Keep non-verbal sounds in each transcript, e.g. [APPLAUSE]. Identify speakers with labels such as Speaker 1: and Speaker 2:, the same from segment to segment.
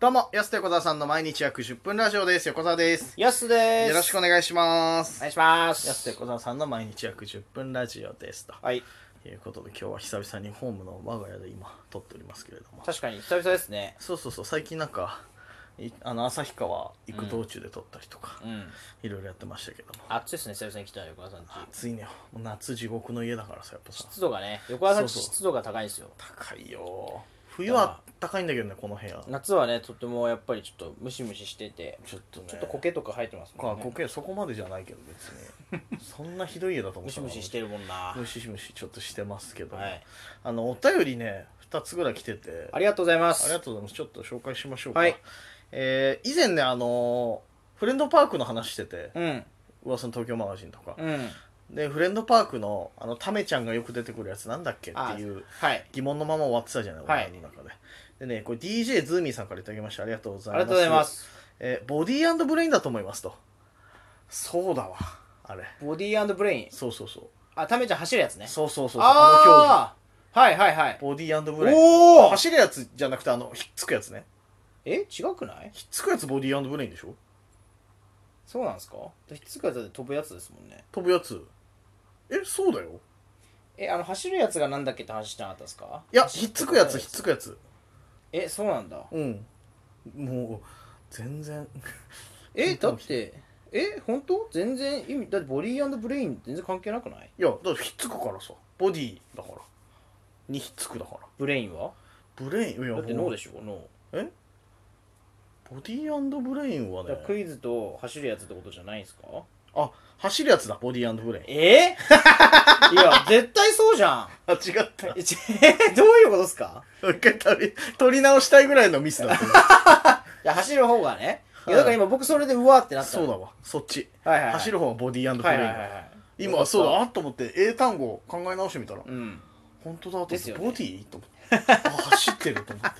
Speaker 1: どうも、安手小沢さんの毎日約10分ラジオです。横澤です。
Speaker 2: やすです。
Speaker 1: よろしくお
Speaker 2: お
Speaker 1: 願いします。
Speaker 2: 願いします。
Speaker 1: 安手小沢さんの毎日約10分ラジオです。と
Speaker 2: はい。
Speaker 1: いうことで、今日は久々にホームの我が家で今、撮っておりますけれども。
Speaker 2: 確かに久々ですね。
Speaker 1: そうそうそう、最近なんか、いあの、旭川行く道中で撮ったりとか、
Speaker 2: うん。
Speaker 1: いろいろやってましたけども。
Speaker 2: 暑いですね、久々に来た横田さんち。
Speaker 1: 暑いねよ。もう夏地獄の家だからさ、やっぱさ。
Speaker 2: 湿度がね、横田さんち
Speaker 1: そうそう
Speaker 2: 湿度が高いんですよ。
Speaker 1: 高いよ。冬は高いんだけどね、この部屋。
Speaker 2: 夏はね、とてもやっぱりちょっとムシムシしてて、
Speaker 1: ちょっとね。
Speaker 2: ちょっと苔とか生えてます
Speaker 1: ま
Speaker 2: も
Speaker 1: あ、
Speaker 2: ん
Speaker 1: こ
Speaker 2: ね。
Speaker 1: けそこまでじゃないけど別 [LAUGHS] にそんなひどい家だと思っ
Speaker 2: ム
Speaker 1: て
Speaker 2: シ
Speaker 1: た
Speaker 2: ムシしてるもんな。
Speaker 1: ムシムシちょっとしてますけど、
Speaker 2: はい。
Speaker 1: あのお便りね2つぐらい来てて
Speaker 2: ありがとうございま
Speaker 1: ありが
Speaker 2: す。
Speaker 1: とうございますちょっと紹介しましょうか、
Speaker 2: はい
Speaker 1: えー以前ねあのーフレンドパークの話してて
Speaker 2: うん。
Speaker 1: 噂の東京マガジンとか、
Speaker 2: うん。
Speaker 1: でフレンドパークのあのタメちゃんがよく出てくるやつなんだっけ
Speaker 2: あ
Speaker 1: っていう
Speaker 2: はい。
Speaker 1: 疑問のまま終わってたじゃない、
Speaker 2: はい
Speaker 1: 俺の中ででねこれ DJ ズーミーさんからいただきましたありがとうござ
Speaker 2: あ
Speaker 1: い
Speaker 2: り
Speaker 1: ます
Speaker 2: がとうございま、す。
Speaker 1: えーボディーブレインだと思いますとそうだわあれ
Speaker 2: ボディーブレイン。
Speaker 1: そうそうそう
Speaker 2: あ、タメちゃん走るやつね。
Speaker 1: そうそうそうそうあ
Speaker 2: ああはいはいはい
Speaker 1: の。競技ボディーブレイン
Speaker 2: おお
Speaker 1: 走るやつじゃなくてあのひっつくやつね
Speaker 2: え違くない
Speaker 1: ひっつくやつボディーブレインでしょ
Speaker 2: そうなんですかひっつくやつで飛ぶやつですもんね。
Speaker 1: 飛ぶやつえそうだよ
Speaker 2: えあの走るやつがなんだっけって話してなかったですか
Speaker 1: いや
Speaker 2: 走
Speaker 1: ひっつくやつひっつ
Speaker 2: く
Speaker 1: くやつ
Speaker 2: えそうなんだ
Speaker 1: うんもう全然
Speaker 2: えだってえ本当全然意味だってボディーブレイン全然関係なくない
Speaker 1: いやだってひっつくからさボディだからにひっつくだから
Speaker 2: ブレインは
Speaker 1: ブレインいや
Speaker 2: だって
Speaker 1: も
Speaker 2: 脳
Speaker 1: う
Speaker 2: でしょ脳
Speaker 1: えボディーブレインは
Speaker 2: だ
Speaker 1: ね
Speaker 2: からクイズと走るやつってことじゃないんですか
Speaker 1: あ走るやつだボディーブレイン [LAUGHS]
Speaker 2: え [LAUGHS] いや絶対そうじゃん
Speaker 1: あ違った
Speaker 2: えちどういうことですか
Speaker 1: もう一回取り取り直したいぐらいのミスだった
Speaker 2: いや走る方がね
Speaker 1: はい
Speaker 2: いやだから今僕それでうわーってなった
Speaker 1: そう
Speaker 2: の
Speaker 1: だわそっち、
Speaker 2: はいはいはい
Speaker 1: 走る方はボディープレ
Speaker 2: は
Speaker 1: イン
Speaker 2: い
Speaker 1: だ、
Speaker 2: はいはいはい
Speaker 1: 今はそうだあっと思って英単語考え直してみたら、
Speaker 2: うん
Speaker 1: 本当だと思って
Speaker 2: ですよね
Speaker 1: ボディと思ってあ走ってると思って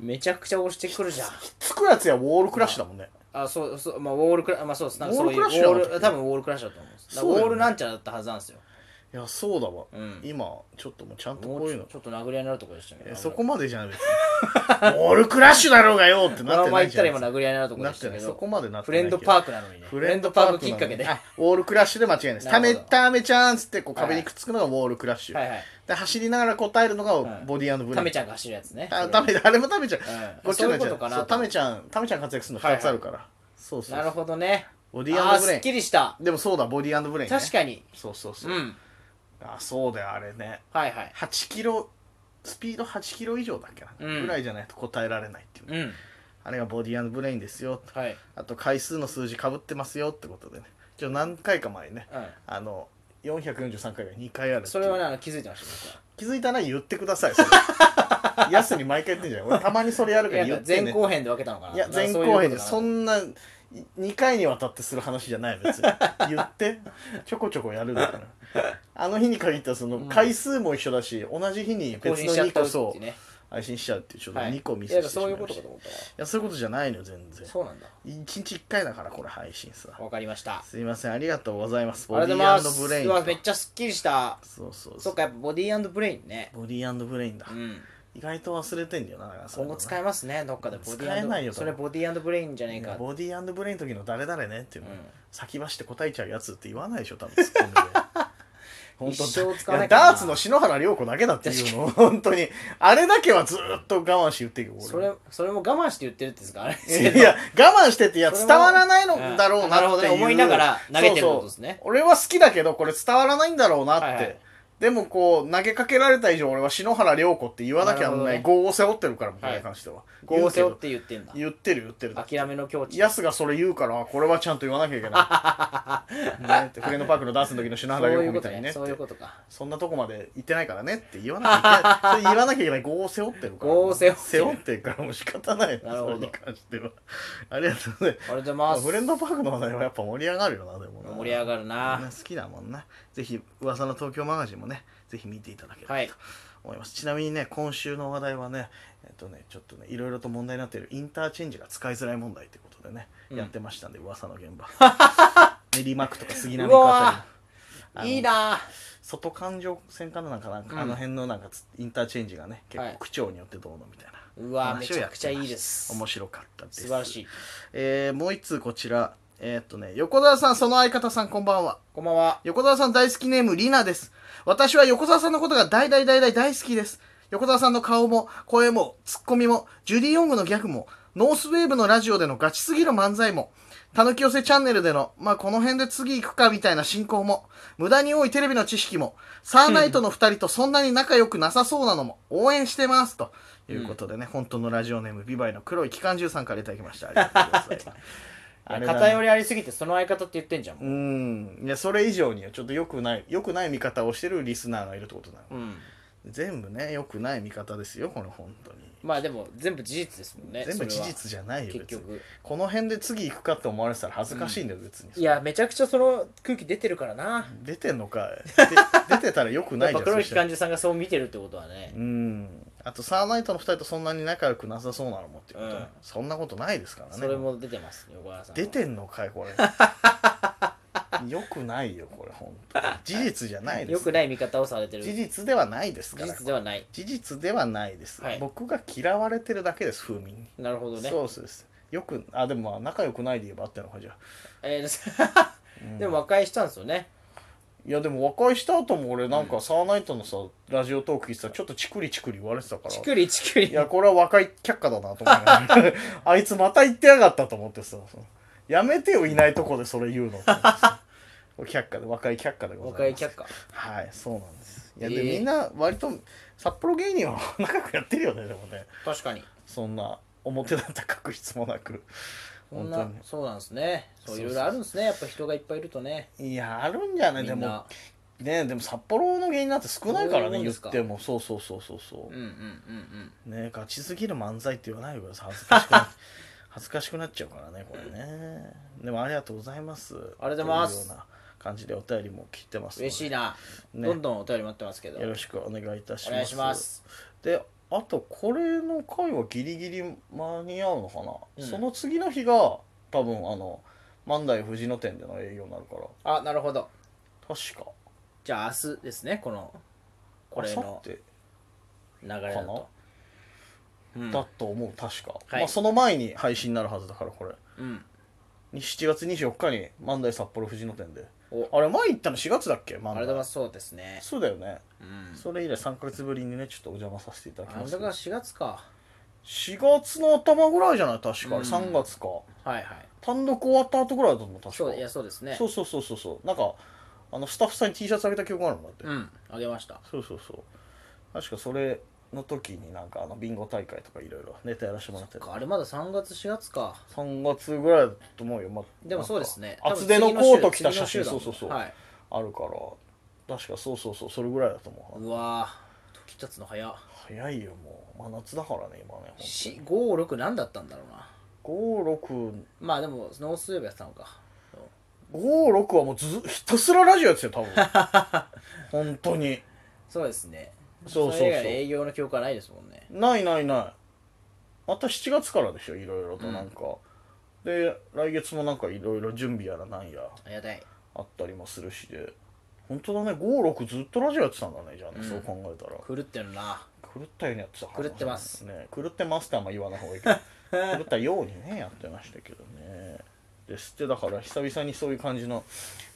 Speaker 2: めちゃくちゃ押してくるじゃん
Speaker 1: つくやつやウォールクラッシュだもんね、
Speaker 2: あそうそうまあウォールクラまあそうですなんかそういう
Speaker 1: ウォールクラッシュだ
Speaker 2: ウォール多分ウォールクラッシュだと思うんですだか
Speaker 1: そ
Speaker 2: ら
Speaker 1: うだよ
Speaker 2: ウォ
Speaker 1: ね
Speaker 2: ールなんちゃらだったはずなんですよ
Speaker 1: いやそうだわ、
Speaker 2: うん
Speaker 1: 今ちょっともうちゃんと
Speaker 2: も
Speaker 1: こう
Speaker 2: う
Speaker 1: いう
Speaker 2: ちょ
Speaker 1: の
Speaker 2: ちょっと殴り合いになるとこでしたね
Speaker 1: いやそこまでじゃない別にウォールクラッシュだろうがよって
Speaker 2: こ
Speaker 1: なっ
Speaker 2: の
Speaker 1: て
Speaker 2: まま
Speaker 1: ない
Speaker 2: 行っ
Speaker 1: じゃ
Speaker 2: た
Speaker 1: ん
Speaker 2: ら今殴り合いになるとこ
Speaker 1: な
Speaker 2: で
Speaker 1: っ
Speaker 2: してた
Speaker 1: ない
Speaker 2: け
Speaker 1: そ
Speaker 2: ど
Speaker 1: こまでなって
Speaker 2: フ
Speaker 1: ないけ
Speaker 2: レン
Speaker 1: ど
Speaker 2: ドパークなのにね
Speaker 1: フ
Speaker 2: フ
Speaker 1: レ
Speaker 2: レ
Speaker 1: ン
Speaker 2: ン
Speaker 1: ド
Speaker 2: ド
Speaker 1: パ
Speaker 2: パ
Speaker 1: ー
Speaker 2: ー
Speaker 1: ク
Speaker 2: クきっかけで
Speaker 1: な
Speaker 2: は
Speaker 1: のウォールクラッシュで間違いないです
Speaker 2: な
Speaker 1: た
Speaker 2: るほ
Speaker 1: め
Speaker 2: ど
Speaker 1: ためちゃんっつってこう壁にくっつくのがウォールクラッシュ、
Speaker 2: いはい
Speaker 1: で走りながら答えるのが
Speaker 2: い
Speaker 1: ボディーブレイン、
Speaker 2: タメちゃんが走るやつね
Speaker 1: あ、タメ、あれもタメちゃん。
Speaker 2: うん
Speaker 1: こっちの
Speaker 2: そういうことかな
Speaker 1: そうタメちゃん、タメちゃん活躍するの2つあるから。そうそうそう。
Speaker 2: なるほどね
Speaker 1: ボディー
Speaker 2: ああ
Speaker 1: ブレ
Speaker 2: す
Speaker 1: イ
Speaker 2: っ
Speaker 1: ン。
Speaker 2: きりした
Speaker 1: でもそうだ、ボディーブレイン、ね。
Speaker 2: 確かに
Speaker 1: そうそうそうう。
Speaker 2: ん
Speaker 1: あ、そうだよ、あれね。
Speaker 2: はいはい
Speaker 1: 8キロ、スピード8キロ以上だっけな。
Speaker 2: うん
Speaker 1: ぐらいじゃないと答えられないっていうね、
Speaker 2: うん
Speaker 1: あれがボディーブレインですよ。
Speaker 2: はい
Speaker 1: あと、回数の数字かぶってますよってことでね。ちょ、何回か前にね、
Speaker 2: うん
Speaker 1: あの、443回が2回あるっていう
Speaker 2: それはねあの気づいてました
Speaker 1: 気づいたら言ってくださいそれ [LAUGHS] やすに毎回言ってんじゃん俺たまにそれやる
Speaker 2: 僕
Speaker 1: か
Speaker 2: は
Speaker 1: ら
Speaker 2: い
Speaker 1: 言
Speaker 2: や
Speaker 1: ってね
Speaker 2: 前後編で分けたのかない
Speaker 1: や、前
Speaker 2: そ
Speaker 1: 後
Speaker 2: うい
Speaker 1: 編
Speaker 2: う
Speaker 1: で
Speaker 2: ことか
Speaker 1: そんな2回にわたってする話じゃない
Speaker 2: [LAUGHS]
Speaker 1: 別に言ってちょこちょこやるんだからあの日に限ったらその回数も一緒だし、同じ日に
Speaker 2: 更
Speaker 1: 別
Speaker 2: 新
Speaker 1: の
Speaker 2: しちゃっ
Speaker 1: 2
Speaker 2: た
Speaker 1: 個
Speaker 2: っ
Speaker 1: そ
Speaker 2: ていう
Speaker 1: う
Speaker 2: ね
Speaker 1: 配信しちゃうっていうちょっと
Speaker 2: はい
Speaker 1: 2個ミ
Speaker 2: い
Speaker 1: スし
Speaker 2: や
Speaker 1: てし
Speaker 2: そ
Speaker 1: ま
Speaker 2: うい
Speaker 1: いう
Speaker 2: こ
Speaker 1: ま
Speaker 2: と
Speaker 1: し
Speaker 2: か
Speaker 1: た
Speaker 2: と
Speaker 1: い
Speaker 2: 思ったわ
Speaker 1: やそういうことじゃないのよ全然
Speaker 2: そうなんだ
Speaker 1: 1日1回だからこれ配信さ
Speaker 2: わかりました
Speaker 1: すいませんありがとうございます
Speaker 2: あ
Speaker 1: ボ
Speaker 2: り
Speaker 1: ディ
Speaker 2: がとうございま
Speaker 1: ー
Speaker 2: す
Speaker 1: ブレイン
Speaker 2: うわめっ
Speaker 1: と
Speaker 2: ちゃすっきりした
Speaker 1: そうそう
Speaker 2: そ
Speaker 1: そう
Speaker 2: っかやっぱボディーブレインね
Speaker 1: ボディーブレインだ、
Speaker 2: うん
Speaker 1: 意外と忘れてんだよなだからそういう
Speaker 2: 今
Speaker 1: の
Speaker 2: 後
Speaker 1: な
Speaker 2: 使えますねどっかでボディ
Speaker 1: 使えないよ
Speaker 2: それボディブレインじゃねえ
Speaker 1: いや
Speaker 2: か
Speaker 1: ボディーブレインの時の誰々ねっていうの、
Speaker 2: うん
Speaker 1: 先走って答えちゃうやつって言わないでしょ多分ツッコミで本当
Speaker 2: [LAUGHS] 一生使
Speaker 1: い
Speaker 2: わな
Speaker 1: や
Speaker 2: いからな
Speaker 1: ダーツの篠原涼子だけだっていうの本当にあれだけはずっと我慢して言ってるよ俺
Speaker 2: それそれも我慢して言ってるってですかあれですけど
Speaker 1: いや我慢してていや
Speaker 2: それ
Speaker 1: 伝
Speaker 2: も
Speaker 1: わらないのだろうな
Speaker 2: うんなるほ
Speaker 1: っ
Speaker 2: ど
Speaker 1: て
Speaker 2: ね
Speaker 1: いう
Speaker 2: 思いながら投げてることですね
Speaker 1: そうそう俺は好きだけどこれ伝わらないんだろうなって、
Speaker 2: はいはい
Speaker 1: でもこう投げかけられた以上俺は篠原涼子って言わなきゃならな
Speaker 2: ないるほ
Speaker 1: 業を背負ってるから僕に関しては、
Speaker 2: 合成をって言ってんだ
Speaker 1: 言ってる言ってる
Speaker 2: 諦めの境地
Speaker 1: ヤスがそれ言うからこれはちゃんと言わなきゃいけ
Speaker 2: [LAUGHS]
Speaker 1: ないねってフレンドパークのダンスの時の篠
Speaker 2: そう
Speaker 1: 原
Speaker 2: い
Speaker 1: 涼
Speaker 2: う
Speaker 1: 子
Speaker 2: こ
Speaker 1: み
Speaker 2: と
Speaker 1: たいにね
Speaker 2: ね
Speaker 1: って
Speaker 2: そういうことか
Speaker 1: そんなとこまで行ってないからねって言わなきゃいけな
Speaker 2: [LAUGHS]
Speaker 1: いそれ言わなきゃいけない業を背負ってるから
Speaker 2: 業を背負ってる
Speaker 1: 背負ってるからもう仕方ない
Speaker 2: なるほど
Speaker 1: それに関してはありがとうござい
Speaker 2: ありがとうござい
Speaker 1: ま
Speaker 2: ますす
Speaker 1: フレンドパークの話題はやっぱ盛り上がるよなでもな
Speaker 2: 盛り上がる
Speaker 1: みん
Speaker 2: な
Speaker 1: な好きだもんなぜひ噂の東京マガジンもねぜひ見ていただければ
Speaker 2: はい
Speaker 1: と思います、ちなみにね今週の話題はねえっとねちょっとねいろいろと問題になっているインターチェンジが使いづらい問題ということでね、
Speaker 2: うん
Speaker 1: やってましたんで噂の現
Speaker 2: [LAUGHS]
Speaker 1: 場練馬区とか杉並
Speaker 2: う
Speaker 1: 区あた
Speaker 2: わ
Speaker 1: あの
Speaker 2: いいな
Speaker 1: 外環状線かななんかなんか、
Speaker 2: うん
Speaker 1: あの辺のなんかつインターチェンジがね結
Speaker 2: はい
Speaker 1: 構区長によってどうのみたいな
Speaker 2: うわめ
Speaker 1: 話
Speaker 2: ち
Speaker 1: をや
Speaker 2: ゃ
Speaker 1: ってま
Speaker 2: くちゃいいです
Speaker 1: 面白かったです
Speaker 2: 素晴らしい
Speaker 1: えーもう一通こちらえーっとね横澤さんその相方さんこんばんは
Speaker 2: こんばんは
Speaker 1: 横澤さん大好きネームリナです私は横澤さんのことが大大大大大好きです横澤さんの顔も声もツッコミもジュディ・ヨングのギャグもノースウェーブのラジオでのガチすぎる漫才もたぬき寄せチャンネルでの、まあ、この辺で次行くかみたいな進行も、無駄に多いテレビの知識も、サーナイトの二人とそんなに仲良くなさそうなのも、応援してます。ということでね、本当のラジオネーム、ビバイの黒い機関銃さんからいただきました。ありがとう [LAUGHS] ございます。あれだね
Speaker 2: 偏りありすぎてその相方って言ってんじゃん
Speaker 1: う、んいやそれ以上にはちょっと良くない良くない見方をしてるリスナーがいるってことなの
Speaker 2: うん、
Speaker 1: 全部ね良くない見方ですよこれ本当に、
Speaker 2: まあでも全部事実ですもんね
Speaker 1: 全部
Speaker 2: それ
Speaker 1: 事
Speaker 2: は
Speaker 1: 実じゃないよ
Speaker 2: 結
Speaker 1: 別に
Speaker 2: 局
Speaker 1: この辺で次行くかって思われてたら恥ずかしいんだよ、別に
Speaker 2: いやめちゃくちゃその空気出てるからな
Speaker 1: 出てんのかいで [LAUGHS] 出てたら良くな
Speaker 2: や
Speaker 1: いじ
Speaker 2: っぱ
Speaker 1: ゃん
Speaker 2: 黒い
Speaker 1: そ
Speaker 2: 機
Speaker 1: したら
Speaker 2: 関銃さんがそう見てるってことはね
Speaker 1: うんあとサーナイトの2人とそんなに仲良くなさそうなのもっていうこと、
Speaker 2: うん
Speaker 1: そんなことないですからね
Speaker 2: それも出てます横原さんは
Speaker 1: 出てんのかいこ
Speaker 2: [LAUGHS]
Speaker 1: れ良くないよこれ本当に事実じゃないです
Speaker 2: よくない見方をされてる
Speaker 1: 事
Speaker 2: 事
Speaker 1: 実ではないですから
Speaker 2: 実ではない
Speaker 1: 事実ではないです、
Speaker 2: はい
Speaker 1: 僕が嫌われてるだけです風味に
Speaker 2: なるほどね
Speaker 1: そうそうですよくあでもまあ仲良くないで言えばあってのかじゃあ、
Speaker 2: えー
Speaker 1: うん
Speaker 2: でも和解したんですよね
Speaker 1: いやでも和解した後も俺なんかサーナイトのさラジオトーク聞いてたらちょっとチクリチクリ言われてたから
Speaker 2: チクリチクリ
Speaker 1: いやこれは和解却下だなと思って
Speaker 2: [LAUGHS]
Speaker 1: あいつまた言ってやがったと思ってさやめてよいないとこでそれ言うのと
Speaker 2: [LAUGHS]
Speaker 1: 思ってさ却下で和解却下でご
Speaker 2: 和
Speaker 1: ざい
Speaker 2: 解
Speaker 1: ます
Speaker 2: 却下
Speaker 1: はいそうなんですいやで、
Speaker 2: えー
Speaker 1: みんな割と札幌芸人は [LAUGHS] 仲良くやってるよねでもね
Speaker 2: 確かに
Speaker 1: そんな表立った確執もなく
Speaker 2: こ
Speaker 1: 本
Speaker 2: んなそうなんですねそういろいろあるんですねやっぱ人がいっぱいいるとね
Speaker 1: 当にいやあるんじゃな
Speaker 2: み
Speaker 1: いで
Speaker 2: ん
Speaker 1: も
Speaker 2: な
Speaker 1: ねでも札幌の芸人なんて少ないから
Speaker 2: そういうも
Speaker 1: ね言
Speaker 2: んで
Speaker 1: っ
Speaker 2: すか
Speaker 1: てもそうそうそうそうそ
Speaker 2: うんうんうん
Speaker 1: うねガチすぎる漫才って言わないでください恥ずかしくな [LAUGHS] 恥ずかしくなっちゃうからねこれねでもありがとうございます
Speaker 2: ありがとうございます
Speaker 1: というような感じでお便りも聞いてますので
Speaker 2: うん嬉しいな
Speaker 1: ね
Speaker 2: どんどんお便り待ってますけど
Speaker 1: よろしくお願いいたします
Speaker 2: お願いします
Speaker 1: であとこれの回はギリギリ間に合うのかな、
Speaker 2: うん
Speaker 1: その次の日が多分あの万代藤野店での営業になるから
Speaker 2: あなるほど
Speaker 1: 確か
Speaker 2: じゃあ明日ですねこのこれの
Speaker 1: 明後日
Speaker 2: 流れだとうん
Speaker 1: だと思う確か、
Speaker 2: はい
Speaker 1: まあ、その前に配信になるはずだからこれ
Speaker 2: うん
Speaker 1: に7月24日に万代札幌藤野店で
Speaker 2: お
Speaker 1: あれ前行ったの4月だっけ万
Speaker 2: あ
Speaker 1: 代
Speaker 2: れだそうですね
Speaker 1: そうだよね、
Speaker 2: うん
Speaker 1: それ以来3ヶ月ぶりにねちょっとお邪魔させていただき
Speaker 2: あ
Speaker 1: ま
Speaker 2: れ
Speaker 1: した
Speaker 2: が4月か
Speaker 1: 4月の頭ぐらいじゃない確か、
Speaker 2: うん
Speaker 1: 3月か
Speaker 2: はいはい
Speaker 1: 単独終わった後ぐらいだと思う確か
Speaker 2: そういやそうですね
Speaker 1: そうそうそうそうそうなんかあのスタッフさんに T シャツあげた記憶があるんだって、
Speaker 2: うんあげました
Speaker 1: そうそうそう確かそれの時になんかあのビンゴ大会とかいろいろネタやらせてもらってた
Speaker 2: あれまだ3月4月か
Speaker 1: 3月ぐらいだと思うよ、まあ、
Speaker 2: でもそうですね
Speaker 1: なんか厚手のコート着
Speaker 2: 多
Speaker 1: た
Speaker 2: 分次
Speaker 1: 写
Speaker 2: の
Speaker 1: 真
Speaker 2: 週次
Speaker 1: そ
Speaker 2: の
Speaker 1: う
Speaker 2: 週
Speaker 1: そうそう、
Speaker 2: だもんはい
Speaker 1: あるから確かそうそうそうそれぐらいだと思う
Speaker 2: うわー時経つの早
Speaker 1: 早いよもう真夏だからね今ね
Speaker 2: 567何だったんだろうな
Speaker 1: 5656
Speaker 2: まあでもノースウェーブやってたのか
Speaker 1: はもうずひたすらラジオやってたよ多分
Speaker 2: [LAUGHS]
Speaker 1: 本当に
Speaker 2: そうですね
Speaker 1: そうそうそう
Speaker 2: れ以外営業の記憶はないですもんね
Speaker 1: ないないないまた7月からでしょいろいろとなんか、で来月もなんかいろいろ準備やらなんや
Speaker 2: ありがたい
Speaker 1: あったりもするしで本当だね56ずっとラジオやってたんだねじゃあね、
Speaker 2: うん
Speaker 1: そう考えたら
Speaker 2: 狂ってるな
Speaker 1: 狂ったようにやってたからな
Speaker 2: 狂ってます
Speaker 1: ね狂ってますってあんま言わない方がいいけ
Speaker 2: [LAUGHS]
Speaker 1: ど狂ったようにねやってましたけどねですってだから久々にそういう感じの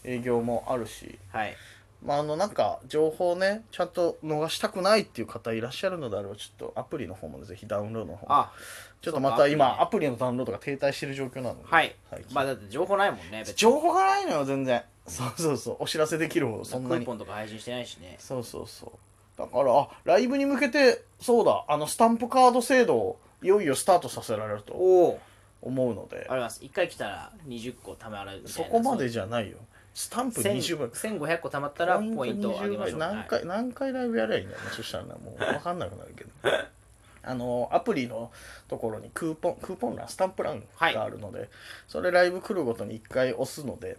Speaker 1: 営業もあるし
Speaker 2: はい
Speaker 1: まああのなんか情報ねちゃんと逃したくないっていう方いらっしゃるのであればちょっとアプリの方もぜひダウンロードの方も
Speaker 2: あ
Speaker 1: ちょっとまた
Speaker 2: そう
Speaker 1: 今
Speaker 2: か
Speaker 1: アプリのダウンロードが停滞してる状況なので、
Speaker 2: はい
Speaker 1: 最近
Speaker 2: まあだって情報ないもんね別に
Speaker 1: 情報がないのよ全然そうそうそうお知らせできるほどそん
Speaker 2: ク
Speaker 1: な
Speaker 2: ー
Speaker 1: に
Speaker 2: ポンとか配信してないしね
Speaker 1: そうそうそうだからあライブに向けてそうだあのスタンプカード制度をいよいよスタートさせられると
Speaker 2: おお
Speaker 1: 思うので
Speaker 2: あります1回来たら20個貯められるみたい
Speaker 1: そ
Speaker 2: な
Speaker 1: こまでじゃないよスタンプ
Speaker 2: 1000
Speaker 1: 20倍
Speaker 2: 1500個貯まったらポイントあげまし
Speaker 1: 20
Speaker 2: ょう
Speaker 1: 何
Speaker 2: はい
Speaker 1: 回何回ライブやりゃいいんだよねそしたらなもう分かんなくなる
Speaker 2: [LAUGHS]
Speaker 1: けどあのアプリのところにクーポンクーポン欄スタンプ欄があるので、それライブ来るごとに1回押すので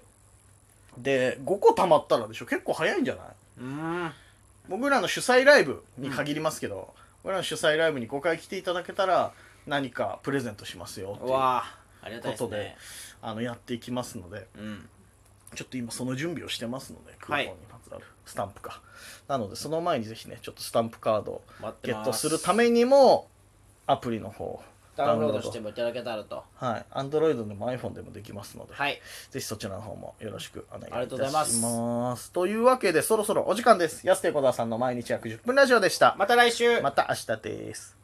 Speaker 1: で5個貯まったらでしょ結構早いんじゃないう
Speaker 2: ーん
Speaker 1: 僕らの主催ライブに限りますけど、僕らの主催ライブに5回来ていただけたら何かプレゼントしますよって
Speaker 2: う
Speaker 1: いう
Speaker 2: わーありがたいです
Speaker 1: ことで
Speaker 2: ね
Speaker 1: あのやっていきますので
Speaker 2: うん
Speaker 1: ちょっと今その準備をしてますのでク
Speaker 2: は
Speaker 1: ー
Speaker 2: い
Speaker 1: ポンにまつわるスタンプかなのでその前にぜひねちょっとスタンプカードを
Speaker 2: 待って
Speaker 1: ゲッ
Speaker 2: ます
Speaker 1: トするためにもアプリの方を
Speaker 2: ダウンロードしてもいただけたらと。
Speaker 1: はい、アンドロイドでも iPhone でもできますので、
Speaker 2: はい。
Speaker 1: ぜひそちらの方もよろしくお願いい
Speaker 2: ありがとうございま
Speaker 1: た
Speaker 2: す
Speaker 1: します。というわけで、そろそろお時間です。安手小沢さんの毎日約10分ラジオでした。
Speaker 2: また来週
Speaker 1: また明日です。